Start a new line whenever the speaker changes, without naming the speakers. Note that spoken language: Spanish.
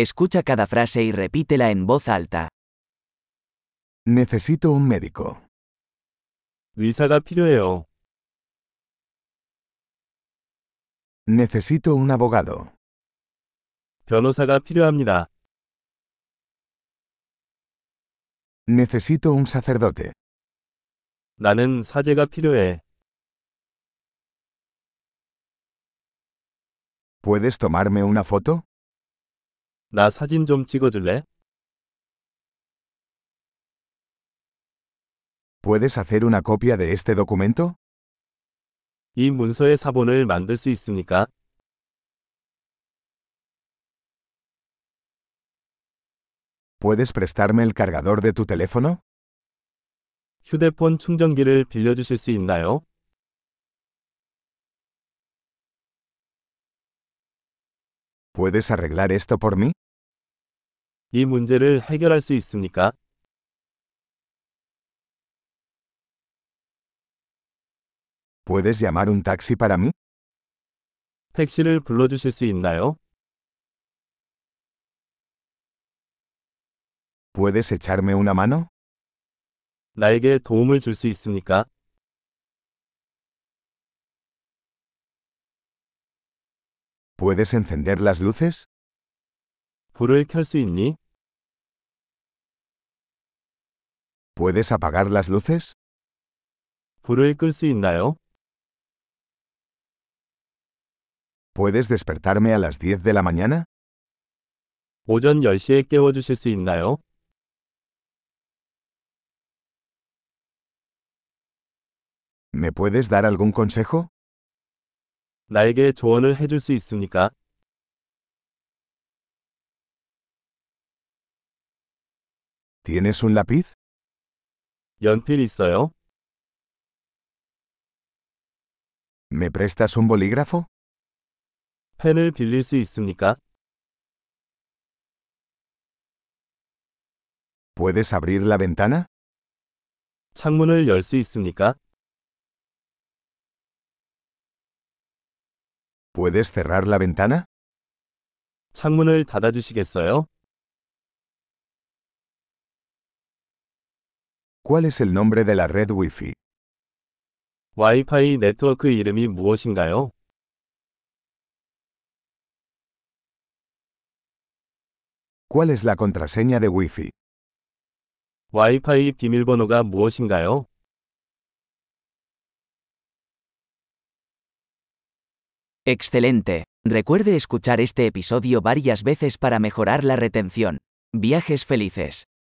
Escucha cada frase y repítela en voz alta.
Necesito un médico.
의사가 필요해요.
Necesito un abogado.
변호사가 필요합니다.
Necesito un sacerdote.
나는 사제가 필요해.
¿Puedes tomarme una foto?
나 사진 좀 찍어줄래?
¿Puedes hacer una copia de este documento?
이 문서의 사본을 만들 수 있습니까?
¿Puedes prestarme el cargador de tu teléfono?
휴대폰 충전기를 빌려주실 수 있나요?
¿Puedes arreglar esto por mí?
이 문제를 해결할 수 있습니까?
¿Puedes llamar un taxi para mí?
택시를 불러주실 수 있나요?
¿Puedes echarme una mano?
나에게 도움을 줄 수 있습니까?
¿Puedes encender las luces?
불을 켤 수 있니?
¿Puedes apagar las luces?
불을 끌 수 있나요?
¿Puedes despertarme a las 10 de la mañana?
오전 10시에 깨워주실 수 있나요?
¿Me puedes dar algún consejo?
나에게 조언을 해줄 수 있습니까?
¿Tienes un lápiz?
연필 있어요?
¿Me prestas un bolígrafo?
펜을 빌릴 수 있습니까?
¿Puedes abrir la ventana?
창문을 열 수 있습니까?
¿Puedes cerrar la ventana?
창문을 닫아주시겠어요?
¿Cuál es el nombre de la red Wi-Fi?
와이파이 네트워크 이름이 무엇인가요?
¿Cuál es la contraseña de Wi-Fi?
와이파이 비밀번호가 무엇인가요?
Excelente. Recuerde escuchar este episodio varias veces para mejorar la retención. Viajes felices.